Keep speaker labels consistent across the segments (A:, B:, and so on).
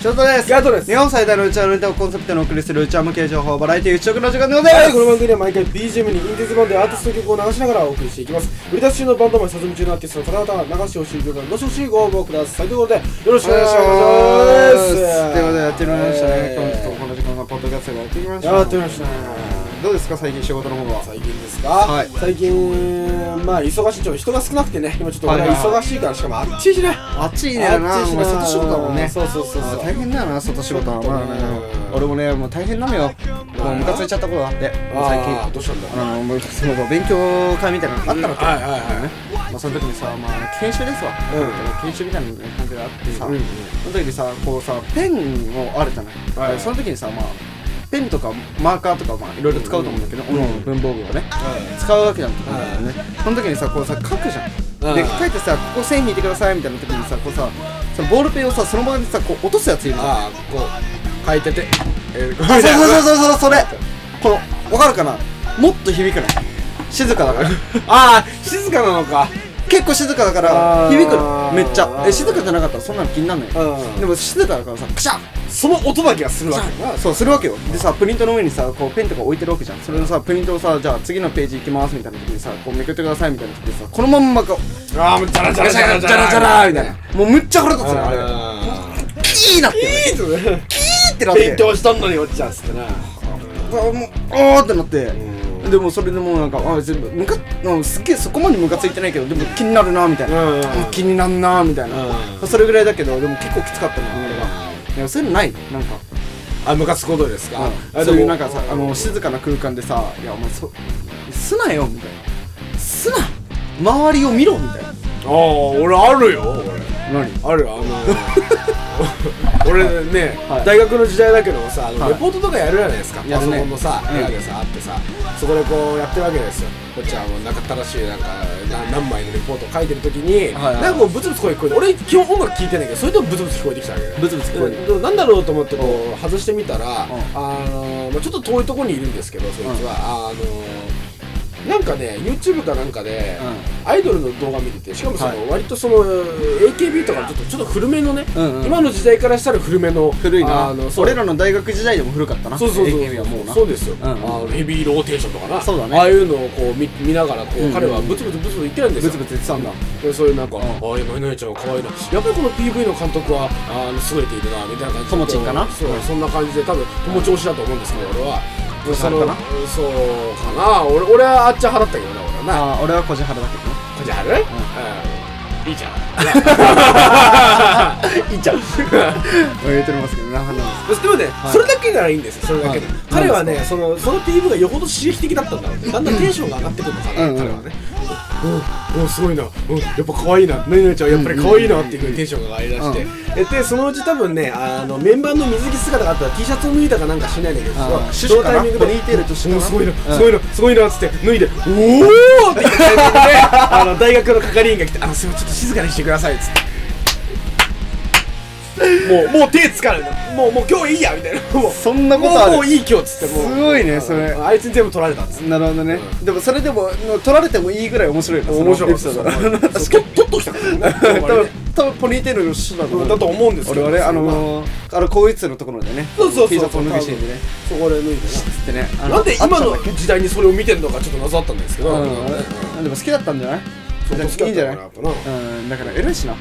A: ちょっとです
B: ヤートです
A: 日本最大のうちわのネタをコンセプトにお送りするうちわ向け情報バラエティー一色の時間でござ
B: はい
A: ま
B: い、こ
A: す
B: の番組では毎回 BGM にインディーズバンドやアーティストの曲を流しながらお送りしていきます売り出し中のバンドマン、さずみ中のアーティストの方々流してほしい曲をどしどしご応募くださいということでよろしくお願いします
A: ということでやってまいりましたね
B: えー
A: 今日この時間のポッドキャストがやってきました
B: やってましたね
A: どうですか最近仕事の方は
B: 最近ですか、
A: はい
B: 最近まあ忙しいちょっと人が少なくてね今ちょっと俺
A: はいはい
B: 忙しいからしかもあっちいしね
A: 暑いねんな
B: 暑い
A: お
B: しな
A: 前外仕事だもんね
B: そうそうそうそう
A: あ大変だよな外仕事はまあね
B: うん
A: 俺もねもう大変なのよもうムカついちゃったことがあってもう最
B: あー
A: 近
B: どうしたんだ
A: あのもうその勉強会みたいなのがあったの
B: はいはいはい
A: ねまあ、その時にさ、まあ、研修ですわ、
B: う
A: 研修みたいな感じがあってさ、
B: うんうん
A: その時にさこうさペンをあるじゃない、
B: はい
A: その時にさ、まあ、ペンとかマーカーとかまあいろいろ使うと思うんだけど、各々の文房具をね、使うわけじゃんとかね、その時にさこうさ書くじゃん、
B: うん
A: で書いてさここ線引いてくださいみたいな時にさこうさそのボールペンをさその場でさこう落とすやついるじゃん
B: ああこう書いててえーこう
A: そうそうそうそうそれこの分かるかなもっと響くの静かだから
B: ああ静かなのか
A: 結構静かだか
B: あ
A: ら
B: ー
A: 響くのめっちゃ
B: あー
A: え静かじゃなかったらそんなの気になんない
B: うん
A: でも静かだからさクシャッ
B: その音だけはするわけだな
A: そうするわけよでさプリントの上にさこうペンとか置いてるわけじゃんそれのさプリントをさじゃあ次のページ行きますみたいな時にさこうめくってくださいみたいな時にさこのまんまこう
B: ああもうジャラジャ
A: ガ
B: ラ
A: シ
B: ジ
A: ャ
B: ャ
A: ガシ
B: ラジ
A: ャガ
B: ャラ
A: シャ
B: ジャ
A: ラ
B: ラ
A: みたいなもうむっちゃ腹立つのあれキーなって
B: いいとね
A: キーってなっ
B: 勉
A: て
B: 強しとんのにおっちゃんっつってな
A: あもうおーってなってでもそれでもうなんかあ別にムカうんすっげえそこまでムカついてないけどでも気になるなみたいな、
B: うんうんうん
A: もう気になんなみたいな、
B: う
A: それぐらいだけどでも結構きつかったなあれが、いやそういうのないなんか、
B: あムカつくことですか
A: うんそういうなんかさあの静かな空間でさ「いやお前そすなよ」みたいな「すな周りを見ろ」みたいな
B: ああ俺あるよ俺
A: 何
B: あるよあの 俺ね、
A: はい
B: 大学の時代だけどさあの、
A: はい
B: レポートとかやるじゃないですか、
A: や
B: パ
A: る
B: ソ
A: ね
B: コンのさ
A: うん
B: 部屋でさ、あってさそこでこうやってるわけですよこっちはもうなんか正しいなんかな何枚のレポートを書いてる時に、
A: はいはい
B: なんかこうブツブツ声聞こえて俺基本音楽聞いてないけどそれでもブツブツ聞こえてきたわけね
A: ブツブツ聞こえて
B: でなんだろうと思ってこう外してみたら、
A: ん
B: あのまあ、ちょっと遠いところにいるんですけどそいつは、あのなんかね YouTube かなんかで、アイドルの動画見ててしかもその、
A: はい
B: 割とその AKB とかのちょっとちょっと古めのね、
A: うんうん
B: 今の時代からしたら古めの
A: 古いな
B: あのそう
A: 俺らの大学時代でも古かったな
B: そうそうそう
A: AKB はもうな
B: そうですよ、
A: うん
B: あのヘビーローテーションとかな
A: そうだね
B: ああいうのをこう見見ながらこう、
A: うんうん
B: 彼はブツブツブツブツ言ってるんで
A: ブ
B: すよ
A: ツブツ言ってたんだ
B: でそういうなんか、
A: ん
B: ああいや何々ちゃん可愛いなやっぱりこの PV の監督はあの優れているなみたいな感じで
A: ともちんかな
B: そう、そんな感じで多分友調子だと思うんですけど俺は
A: ん
B: そ
A: か
B: の
A: な
B: そうかな俺俺はあっちゃ払ったけどな俺はな
A: あー俺は小じ原だけどね
B: こじはる、いいじゃん いいじゃん
A: 言ってますけどな花です
B: でもね、それだけならいいんですよそれだけで、
A: はい
B: 彼はねそのその PV がよほど刺激的だったんだろうねだんだんテンションが上がってくるのかな、
A: うん
B: 彼はねうん、うん、すごいな、うん、やっぱ可愛いな、なになにちゃん、やっぱり可愛いなっていうふうにテンションが上がりだして、えで、そのうち多分ね、あのメンバーの水着姿があったら T シャツを脱いだかなんかしないんだけど、
A: あー
B: そのタイミング
A: シュシュかなポ
B: で、
A: ニーテールとシュかな
B: うんすごい
A: う
B: な、
A: ん
B: すごいな、すごいなっつって、脱いで、おお って言って、あの大学の係員が来て、あの、すいません、ちょっと静かにしてくださいっつって。もうもう手つかないのもうもう今日いいやみたいなもう
A: そんなことある
B: もうもういい今日っつってもう
A: すごいねそれ
B: ああいつに全部取られたっつって
A: なるほどね、でもそれでも取られてもいいぐらい面白いな
B: 面白かった
A: そのエピソード
B: っす取っときたからね
A: 多分多分ポニーテールの人だと思う
B: だと思うんですけど
A: 俺はねあのー、あの高一のところでね
B: そうそうそう
A: T シャツを脱ぎしてでね
B: そこで脱いで
A: つってねあ
B: ななんで今
A: あ
B: の
A: ったんだっ
B: 時代にそれを見てるのかちょっと謎だったんですけど
A: けうんでも好きだったんじゃない
B: そう
A: だからいいんじゃない
B: 好きだったのかな
A: うんだから偉いしな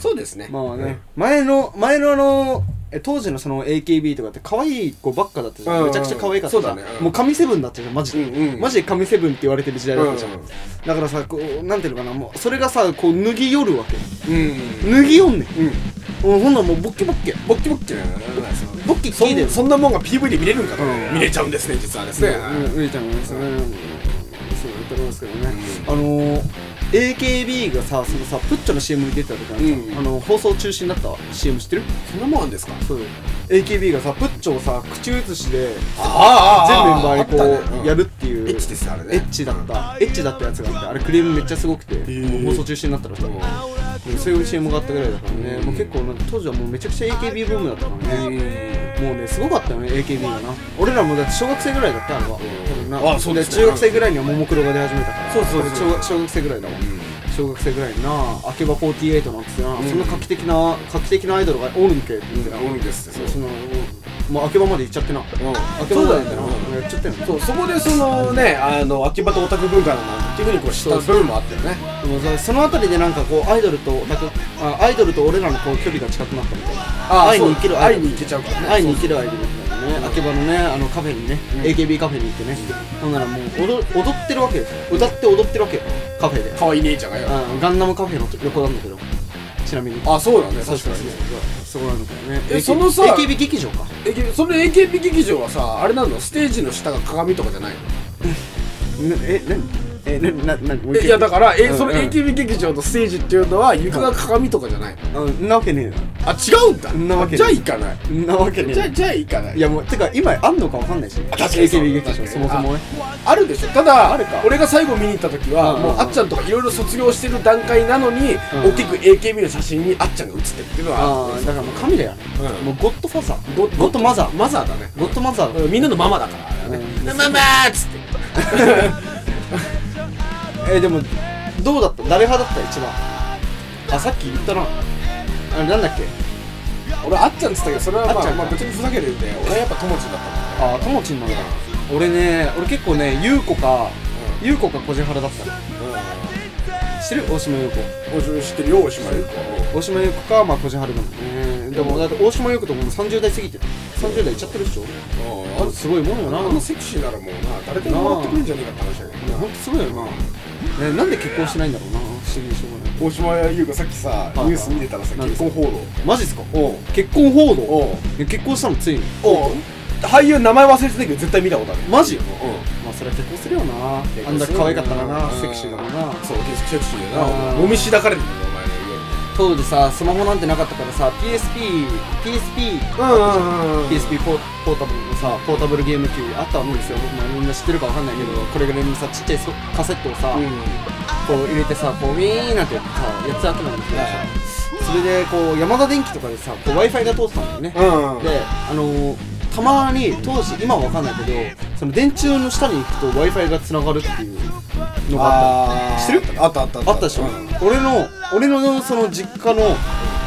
B: そうですね
A: まあね、前の前のあのえ当時のその AKB とかって可愛い子ばっかだったじゃん、
B: うんうん
A: めちゃくちゃ可愛かったじゃん
B: そうだねうん
A: もう神セブンだったじゃんマジで、
B: うんうん
A: マジで神セブンって言われてる時代だったじゃん、
B: うんうん
A: だからさこうなんていうのかなもうそれがさこう脱ぎ寄るわけ
B: うん
A: 脱ぎよんねん
B: うん
A: もうほんならもうボッキボッキ
B: ボッキボッキだよね
A: ボッキ
B: そ
A: キーだよ
B: んそんなもんが PV で見れるんかと
A: うん
B: 見れちゃうんですね実はですね
A: うん、ういちゃんもね、それ、うん、そう言ってますけどね、あのー AKB がさ、そのさ、プッチョの CM に出てた時あるじゃん、
B: うん
A: あの放送中止になった CM 知ってる
B: そんなもんあんですか
A: そう AKB がさ、プッチョをさ、口移しで
B: あ
A: 全メン
B: あ
A: バーに
B: あったね
A: こ
B: う
A: うんやるっていう
B: エッチですあれね
A: エッチだったエッチだったやつがあってあれクレームめっちゃすごくて、
B: ー
A: もう放送中止になったらさ、うんそういう CM があったぐらいだからね、もう結構なんか当時はもうめちゃくちゃ AKB ブームだったからね、もうねすごかったよね AKB がな俺らもだって小学生ぐらいだったあれは、多分な
B: あそうですね
A: 中学生ぐらいにはももクロが出始めたから
B: そうそうそう
A: 小学小学生ぐらいだもん、小学生ぐらいにな「秋葉48」なんつってな、そんな画期的な画期的なアイドルがおるんけって言ってな、
B: うんですって
A: そのもう秋葉まで行っちゃってな、秋葉まで行ってな
B: そうだよね
A: うんやっちゃってんの
B: そうそこでそのねあの秋葉とオタク文化だなっていうふうにこう知った部分もあったよね
A: でもさそのあたりでなんかこうアイドルとなんかあアイドルと俺らのこう距離が近くなったみたいな会いに行けるアイド
B: 会い
A: ル
B: に行けちゃうからね
A: 会いに行けるアイドルみたいなね秋葉のねあのカフェにね、
B: ん
A: AKB カフェに行ってねほんならもう踊踊ってるわけよ歌って踊ってるわけよカフェで
B: 可愛い姉ちゃんがよ
A: うんガンダムカフェの横なんだけどちなみに
B: あそうなんだね
A: そう
B: 確
A: そ
B: か
A: うそう
B: にね
A: そうそうなんだよね
B: え
A: AKB
B: そのさ
A: AKB 劇場か
B: えけその AKB 劇場はさあれなのステージの下が鏡とかじゃないの
A: え何えなななもう一
B: え
A: 回
B: いやだからえその
A: うんうん
B: AKB 劇場のステージっていうのは床が鏡とかじゃないの
A: うんなわけね
B: あ違うんだ
A: んなわけね
B: じゃあ行かない
A: えななわけねえ
B: じゃ
A: な
B: あじゃあ行かない
A: いやもうてか今あんのかわかんないし、ね、
B: 確かにそう
A: AKB 劇場そもそもね
B: あるでしょただ
A: あるか
B: 俺が最後見に行った時は、
A: うんうんうん
B: もうあっちゃんとかいろいろ卒業してる段階なのに、
A: ん
B: 大きく AKB の写真にあっちゃんが写ってるっていうのは
A: あ
B: あ
A: あ
B: る
A: だからもう神だよ、ね
B: うん
A: もうゴッドファザー
B: ゴ
A: ゴ
B: ッ
A: ッドマザー
B: マザーだね
A: ゴッドマザーだ、
B: うんみんなのママだからあれはね
A: うん
B: ママーっつって
A: えーでもどうだった誰派だった一番あさっき言ったなあなんだっけ
B: 俺あっちゃんっつったけどそれはま
A: あっち
B: あ
A: ゃんか
B: まあ別にふざけてるんで俺はやっぱ友達だった
A: あともちんなんだ俺ね俺結構ね優子か
B: う
A: 優子か小じはらだった
B: もんね
A: 知ってる大島優子
B: うんお知ってるよ大島優子
A: 大島優子かまあ小じはるだもんねでもだって大島優子とかもう30代過ぎてる30代いっちゃってるでしょ
B: あ
A: あすごいもんよな
B: あんなセクシーならもうな誰でももらってくれんじゃねえかって話だけどな
A: ほんとすごいよな、ね、なんで結婚してないんだろうな不思議でしょうがない
B: 大島優子さっきさニ
A: い
B: ュース見てたらさ
A: なん
B: 結
A: です
B: 婚報道
A: マジっすか
B: おう
A: 結婚報道
B: おう
A: え結婚したのついに
B: おう俳優名前忘れてたけど絶対見たことある
A: マジ
B: う
A: まあそれは結婚するよなあん
B: ん
A: だけ可愛かったらな
B: うん
A: セクシーだもんな
B: そうセクシーだな
A: うん
B: 揉みしだかれてるんだよお前
A: 当
B: の家
A: 時さスマホなんてなかったからさ PSP PSP
B: うんうんうん
A: PSP ポーポータブルのさポータブルゲーム機あったと思うんですよ、まあ、みんな知ってるかわかんないけどこれぐらいのさちっちゃいそカセットをさ、こう入れてさこうウィーンなんてやってさやつあったんですけどさそれでこう山田電機とかでさ w i f i が通ってたんだよね、
B: うんうん
A: であのーたまに当時今は分かんないけどその電柱の下に行くと w i f i がつながるっていうのがあっ
B: あー
A: 知ってる
B: あったあった
A: たあったでしょ、
B: うん
A: 俺の俺のその実家の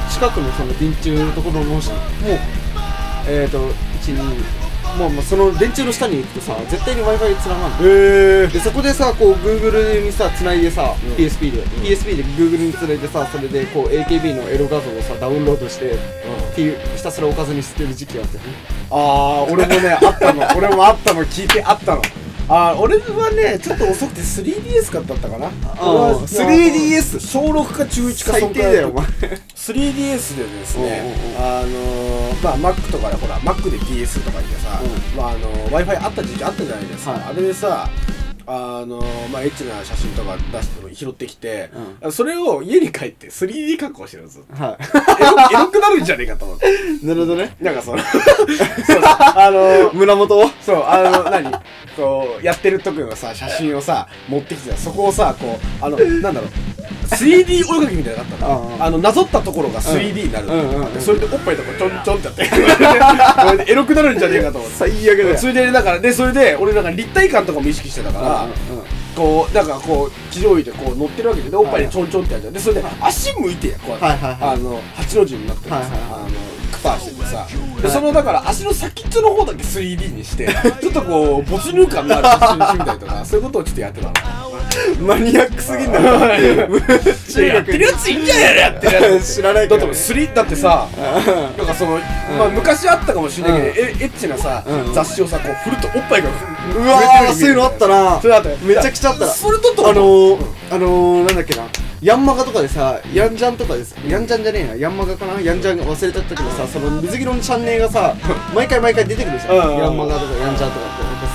A: 近くのその電柱のところの下もうえっ、ー、と1 2もうもうその電柱の下に行くとさ絶対に w i f i つながるの
B: へえ
A: でそこでさこう Google にさつないでさ、
B: ん
A: PSP で、PSP で Google につないでさそれでこう AKB のエロ画像をさダウンロードして、っていうひたすらおかずに捨てる時期があったよね
B: あー俺もねあったの 俺もあったの聞いてあったのあー俺はねちょっと遅くて 3DS 買ったったかな
A: あー 3DS
B: 小6か中1か
A: 最低だよお前
B: 3DS でですね
A: おうおうお
B: あのーまあ Mac とかでほら Mac で DS とかでさ
A: う
B: まああの w i f i あった時期あったじゃないですか、
A: はい
B: あれでさあのーまあエッチな写真とか出して拾ってきて、それを家に帰って 3D 加工してるんですよ
A: は
B: エロエロくなるんじゃねえかと思って
A: い なるほどね
B: なんかそのそうあのー
A: 胸元を
B: そう、あの、何こう、やってる時のさ、写真をさ、持ってきてさ、そこをさ、こう、あの、なんだろう、3D お絵かきみたいなのがあった
A: あ
B: の。
A: あ
B: あの、なぞったところが 3D になる。
A: うんうんうんうん
B: それでおっぱいとかちょんちょんってやって、これでエロくなるんじゃねえかと思って。
A: 最悪だよ
B: それで、だから、で、それで、俺なんか立体感とかも意識してたから、こう、なんかこう、地上位でこう乗ってるわけで、おっぱいにちょんちょんってやっちゃう。で、それで、足向いてや、こうやって。
A: はいはいはい
B: あの、八の字になってるさ、
A: はいはいは
B: あの、クパーしててさ。で、その、だから足の先っちょの方だけ 3D にして、ちょっとこう、没入感のある写真にしてみたりとか、そういうことをちょっとやってたの。
A: マニアックすぎんだ
B: いややってるやついいんじゃないのやってるや つ。
A: 知らない
B: だ
A: け
B: って
A: ど
B: も
A: ね
B: うスリだってさ、なんかその、まあ昔あったかもしれないけど、えエッチなさ、
A: うん
B: 雑誌をさ、こう振るとおっぱいが
A: うわーそういうのあったな
B: それあったよ
A: めちゃくちゃあったな
B: それとと
A: あのーあのーなんだっけなヤンマガとかでさヤンジャンとかですヤンジャンじゃねえなヤンマガかなヤンジャン忘れちゃったけどさその水着のチャンネルがさ 毎回毎回出てくるじゃん
B: うんうんうん
A: ヤンマガとかヤンジャンとかってなんか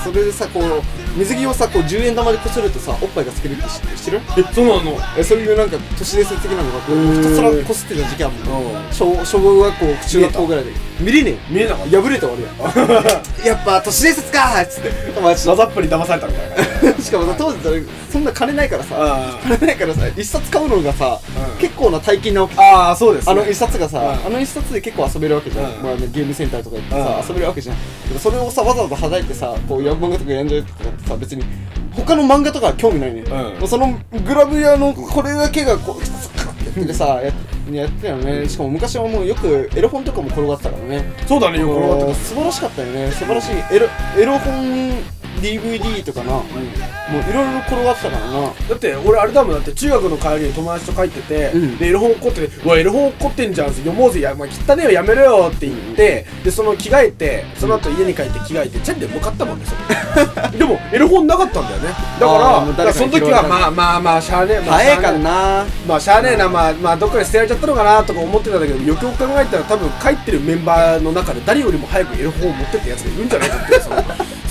A: それでさこう水着をさこう10円玉でこするとさおっぱいが透けるって知ってる知ってる
B: え、そうなの
A: えそういうなんか都市伝説的なのがこ
B: へー
A: うひたすらこすってた時期あるもん
B: う
A: 小小学校中学校ぐらいで見れね
B: 見えなかっ
A: えよ破れて終わる やんやっぱ都市伝説かーっつって友達
B: た。ザップに騙されたみたいな感じ だね。
A: しかもさ当時それそんな金ないからさ
B: あー
A: 金ないからさ一冊買うのがさ、
B: うん
A: 結構な大金なわけ
B: あー、そうです、
A: あの一冊がさ、
B: うん
A: あの一冊で結構遊べるわけじゃん、
B: うん
A: まあね、ゲームセンターとか行ってさ、
B: う
A: 遊
B: ん
A: べるわけじゃんでもそれをさわざわざはたいてさこうヤンマガとかやんじゃうとかってさ別に他の漫画とかは興味ないね、
B: ん
A: もうそのグラビアのこれだけがこうスカッてやっててさややってたよねしかも昔はもうよくエロ本とかも転がってたからね
B: そうだね
A: あ
B: よく分かって
A: の
B: ま
A: ー
B: す
A: 素晴らしかったよね素晴らしいエロエロ本 DVD とかなもういろいろ転がってたからな
B: だって俺あれだもんだって中学の帰りに友達と帰ってて、
A: うん
B: でエロ本怒ってて「うわエロ本怒ってんじゃん読もうぜや、まあ、汚ねえよやめろよ」って言って、でその着替えてその後家に帰って着替えてチェンで向かったもんね それでもエロ本なかったんだよねだ
A: あー
B: か
A: も
B: ら
A: う
B: だか
A: 誰
B: ら
A: か
B: そ
A: に
B: の
A: 拾
B: 時
A: われた
B: はまあまあまあしゃあねえまあ
A: 早いか
B: しゃあねえ
A: な
B: まあしゃあねえな、まあ、まあどっかで捨てられちゃったのかなとか思ってたんだけどよくよく考えたら多分帰ってるメンバーの中で誰よりも早くエロ本を持ってったやつがいるんじゃないかっていうその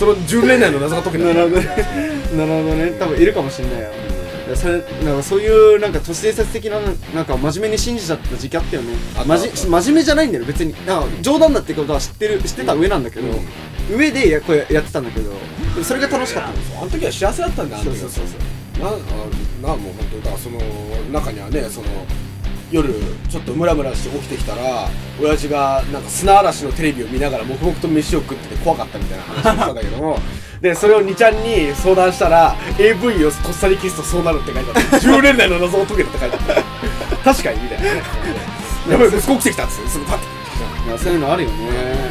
B: その10年来の謎が解け
A: な
B: た
A: るほどねなるほどね多分いるかもしれないよいやそれなんかそういうなんか都市伝説的ななんか真面目に信じちゃった時期あったよね
B: あった
A: まじ真面目じゃないんだよ別になんか冗談だってことは知ってる知ってた上なんだけど、上でやこうややってたんだけどでもそれが楽しかったんですよ
B: あの時は幸せだったんだあの時は
A: そうそうそう
B: なあなあもう本当だからその中にはねその夜ちょっとムラムラして起きてきたら親父がなんか砂嵐のテレビを見ながら黙々と飯を食ってて怖かったみたいな話をしたんだけども でそれを2ちゃんに相談したら AV をとっさに消すとそうなるって書いてあった10年代の謎を解けるって書いてあった確かにみたいなねやばい息子起きてきたっつってすぐパッて
A: まあそういうのあるよね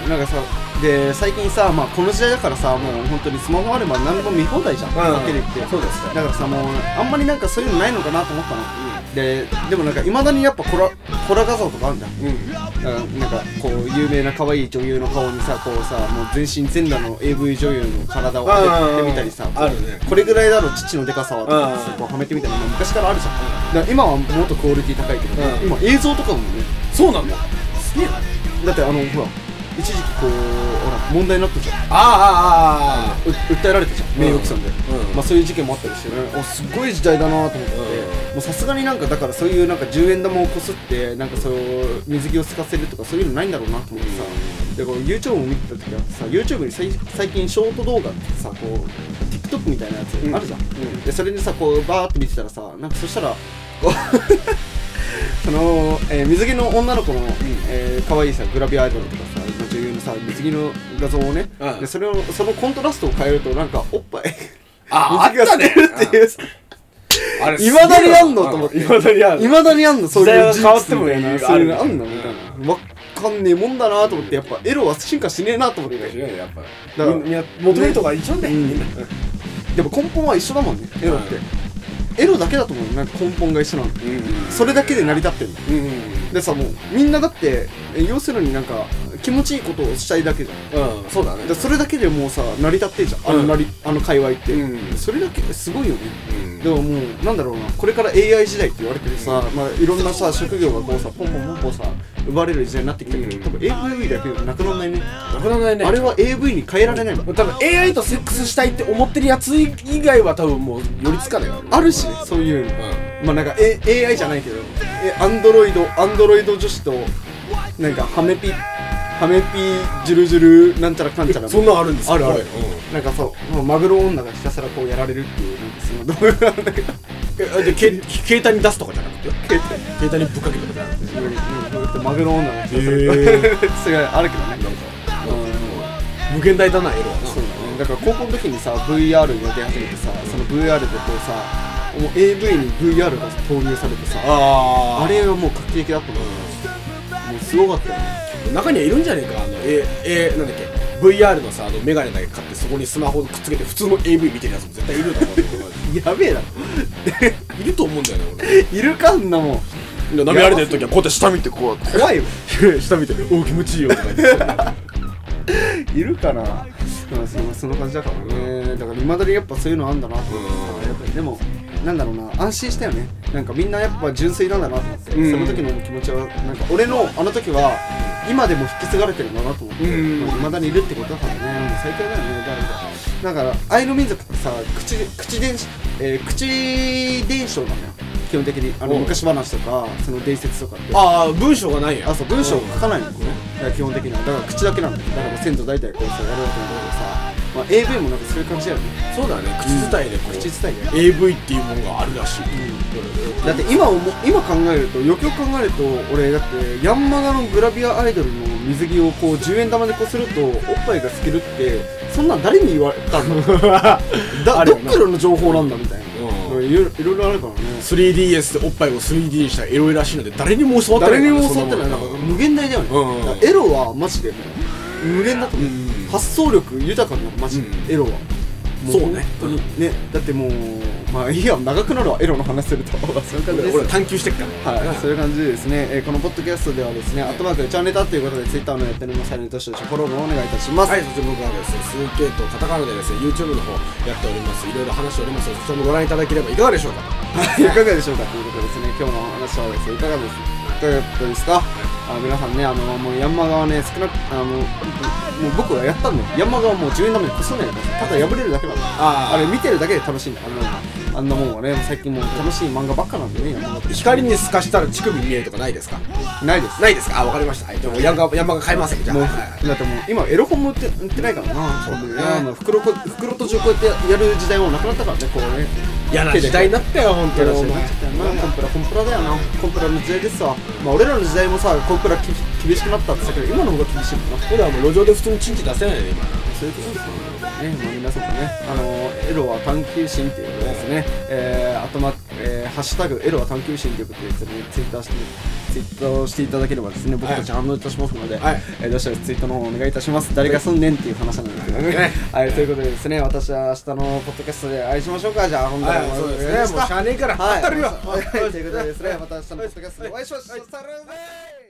A: なんかさで最近さ、まあ、この時代だからさもう本当にスマホあれば何でも見放題じゃん、
B: うん
A: はっきり言って
B: そうですね
A: だからさもうあんまりなんかそういうのないのかなと思ったの、ででもなんかいまだにやっぱコラコラ画像とかあるじゃん
B: うん
A: うんなんかこう有名な可愛い女優の顔にさこうさもう全身全裸の AV 女優の体を当ててみたりさ
B: あるね
A: これぐらいだろ父のデカさはとか
B: うん
A: さこうはめてみたいなの昔からあるじゃんだから今はもっとクオリティ高いけど、
B: うん
A: 今映像とかもね
B: そうなんだすげえな
A: だってあのほら一時期こうほら問題になったじゃん
B: ああああああ
A: う訴えられたじゃん名誉毀損で、
B: うん
A: まあ、そういう事件もあったりしてねおすごい時代だなと思って、
B: う
A: もうさすがになんかだからそういうなんか10円玉をこすってなんかそう水着を透かせるとかそういうのないんだろうなと思ってさ、でこう YouTube を見てた時はさ YouTube にさい最近ショート動画ってさこう TikTok みたいなやつあるじゃん、
B: うんうん
A: でそれでさこうバーって見てたらさなんかそしたらこうその、えー水着の女の子の、えー可愛いさグラビアアイドルとかさ女優のさ水着の画像をね、
B: うん
A: でそれをそのコントラストを変えるとなんかおっぱい
B: あ
A: 水着が透けるっていうさ
B: あれ
A: いまだにあんのと思って
B: いまだにあん
A: い
B: の
A: まだにあんのそういう
B: 時代は変わっても
A: 事実みたい
B: ね
A: なそういうのあ
B: ある
A: んのみたいなわかんねえもんだなと思ってやっぱエロは進化しねえなと思って
B: やっぱ
A: だから
B: みんな求めるとか一緒だよ
A: うん
B: みんな
A: でも根本は一緒だもんねエロって、
B: は
A: エロだけだと思うよなんか根本が一緒なのそれだけで成り立ってるの
B: うんうんうん
A: でさもうみんなだってえ要するになんか気持ちいいことをしたいだけじゃん
B: そうだね
A: でそれだけでもうさ成り立ってんじゃんあの,、
B: うん
A: なりあの界隈って、
B: うん
A: それだけすごいよね
B: うん
A: でももうなんだろうなこれから AI 時代って言われてるさ、まあ、いろんなさ職業がこうさポンポンポンポンさ奪われる時代になってきたけど、
B: うん
A: 多分 AV だけでなくならないね
B: なくならないね
A: あれは AV に変えられないもん
B: 多分 AI とセックスしたいって思ってるやつ以外は多分もう寄りつかないわ
A: あるしねそういうのまあなんか、A、AI じゃないけどえアンドロイドアンドロイド女子となんかハメピハメピジュルジュルなんちゃらかんちゃら
B: そんなのあるんですか
A: あるある
B: こ
A: なんかそうもうマグロ女がひたすらこうやられるっていうなんかその動画なんだけど
B: れうんえでけ携帯に出すとかじゃなくて携帯にぶっかけるとかじゃなくて
A: マグロ女がひたす
B: へ
A: らこう
B: ー
A: すごいあるけどねなんか
B: 無限大だなエロはな
A: そうだねだから高校の時にさ VR やり始めてさその VR でこうさもう AV に VR が投入されてさ
B: あー
A: あれはもう画期的だったもんもうすごかったよね
B: 中にはいるんじゃねえかあのええなんだっけ VR のさあのメガネだけ買ってそこにスマホくっつけて普通の AV 見てるやつも絶対いると思う
A: やべえな
B: いると思うんだよね俺
A: いるかんなもん
B: 舐められてる時はこうやって下見てこう
A: 怖い よ
B: 下見て「 おお気持ちいいよ」とか言 って
A: いるかなまあそんそんな感じだからねだからいまだにやっぱそういうのあんだなと思ってやっぱりでもなんだろうな安心したよねなんかみんなやっぱ純粋なんだなと思って、
B: うん
A: その時の気持ちはなんか俺のあの時は今でも引き継がれてるんだなと思って
B: うん
A: まあ、未だにいるってことだからねもう最強だよね誰かだからアイヌ民族ってさ口口伝承、えー口伝承なんだよ基本的にあの
B: うん
A: 昔話とかその伝説とかって
B: ああ文章がないや
A: あそう文章を書かないんだよねだから基本的にはだから口だけなんだよだからもう先祖代々こうさやるわけなんだけどさまあ、AV もなんかそういう感じだよね
B: そうだね口伝えでこう、
A: 口伝えで
B: AV っていうものがあるらしい、
A: だって今思今考えるとよくよく考えると俺だってヤンマガのグラビアアイドルの水着をこう10円玉でこするとおっぱいが透けるってそんなん誰に言われた のだ
B: ある
A: ど
B: よ
A: っ
B: な
A: からの情報なんだみたいな、
B: うん
A: いろいろいろあるからね
B: 3DS でおっぱいを 3D にしたらエロいらしいので誰にも教わって
A: 誰
B: ない
A: に
B: か
A: も
B: らね
A: 教わってないなんか
B: そんも
A: 無限大だよね、
B: うんうん
A: だからエロはマジで無限だと思う、
B: うん
A: 発想力豊かなマジで、エロ
B: うん
A: はも
B: そうね
A: 本当にねだってもうまあいいや長くなるわエロの話する とそういう感じです
B: 俺探求してきたか
A: は
B: ら
A: い、そうい
B: れ
A: う感じでですね、えーこのポッドキャストではですね、アットマークチャンネルということで、ツイッターのやっておりますチャンネルとしてフォローのお願いいたします。
B: はい、そして僕はですね、鈴木とカタカナでですね、YouTube の方やっております。いろいろ話しておりますので、そちらもご覧いただければいかがでしょうか。
A: いかがでしょうかということでですね、今日のお話はですね、いかがですいかがだったですかあ皆さんね、あの、もうヤンマ側ね、少なく、あの、もう僕はやったんで、ヤンマ側もう10円玉でこすんないでください。ただ破れるだけなんで、
B: あ
A: あ
B: ー
A: れ見てるだけで楽しいんだ。あの、あんなもんはね、最近もう楽しい漫画ばっかなんでね、ヤンマ側って
B: 光に透かしたら乳首見えるとかないですか
A: ないです。
B: ないですかあ、わかりました。はい、じゃあもうヤンマヤンマが買えません。じゃあ、
A: もう
B: はい
A: だってもう今エロ本も売って売ってないからな
B: そうだよね
A: あの袋こ袋と銃こうやってややる時代もなくなったからねこうね
B: 嫌な時代になったよ、本当
A: 嫌
B: に
A: な。時代になっちゃったよなコンプラコンプラだよなコンプラの時代ですわまあ俺らの時代もさコンプラき厳しくなったって言ったけど今の方が厳しいもんな
B: これはもう路上で普通にチンチ出せないね、今。
A: そういうことですよね、まあ、皆さんもね、あのエロは探求心ということですね、えー、あとま、えーハッシュタグエロは探求心ということでです、ね、ツイッターして、ツイッターをしていただければですね、僕たち反応いたしますので、
B: はい
A: えーどうしたらツイートの方お願いいたします。誰がすんねんっていう話なんですけどね。はい、ということでですね、私は明日のポッドキャストで会いしましょうか。じゃあ、本
B: はい、
A: も
B: そうですね。もうしゃあねえから、
A: はい、
B: 当たるよ。
A: はいということでですね、また明日のポッドキャストでお会いしましょう。さよなら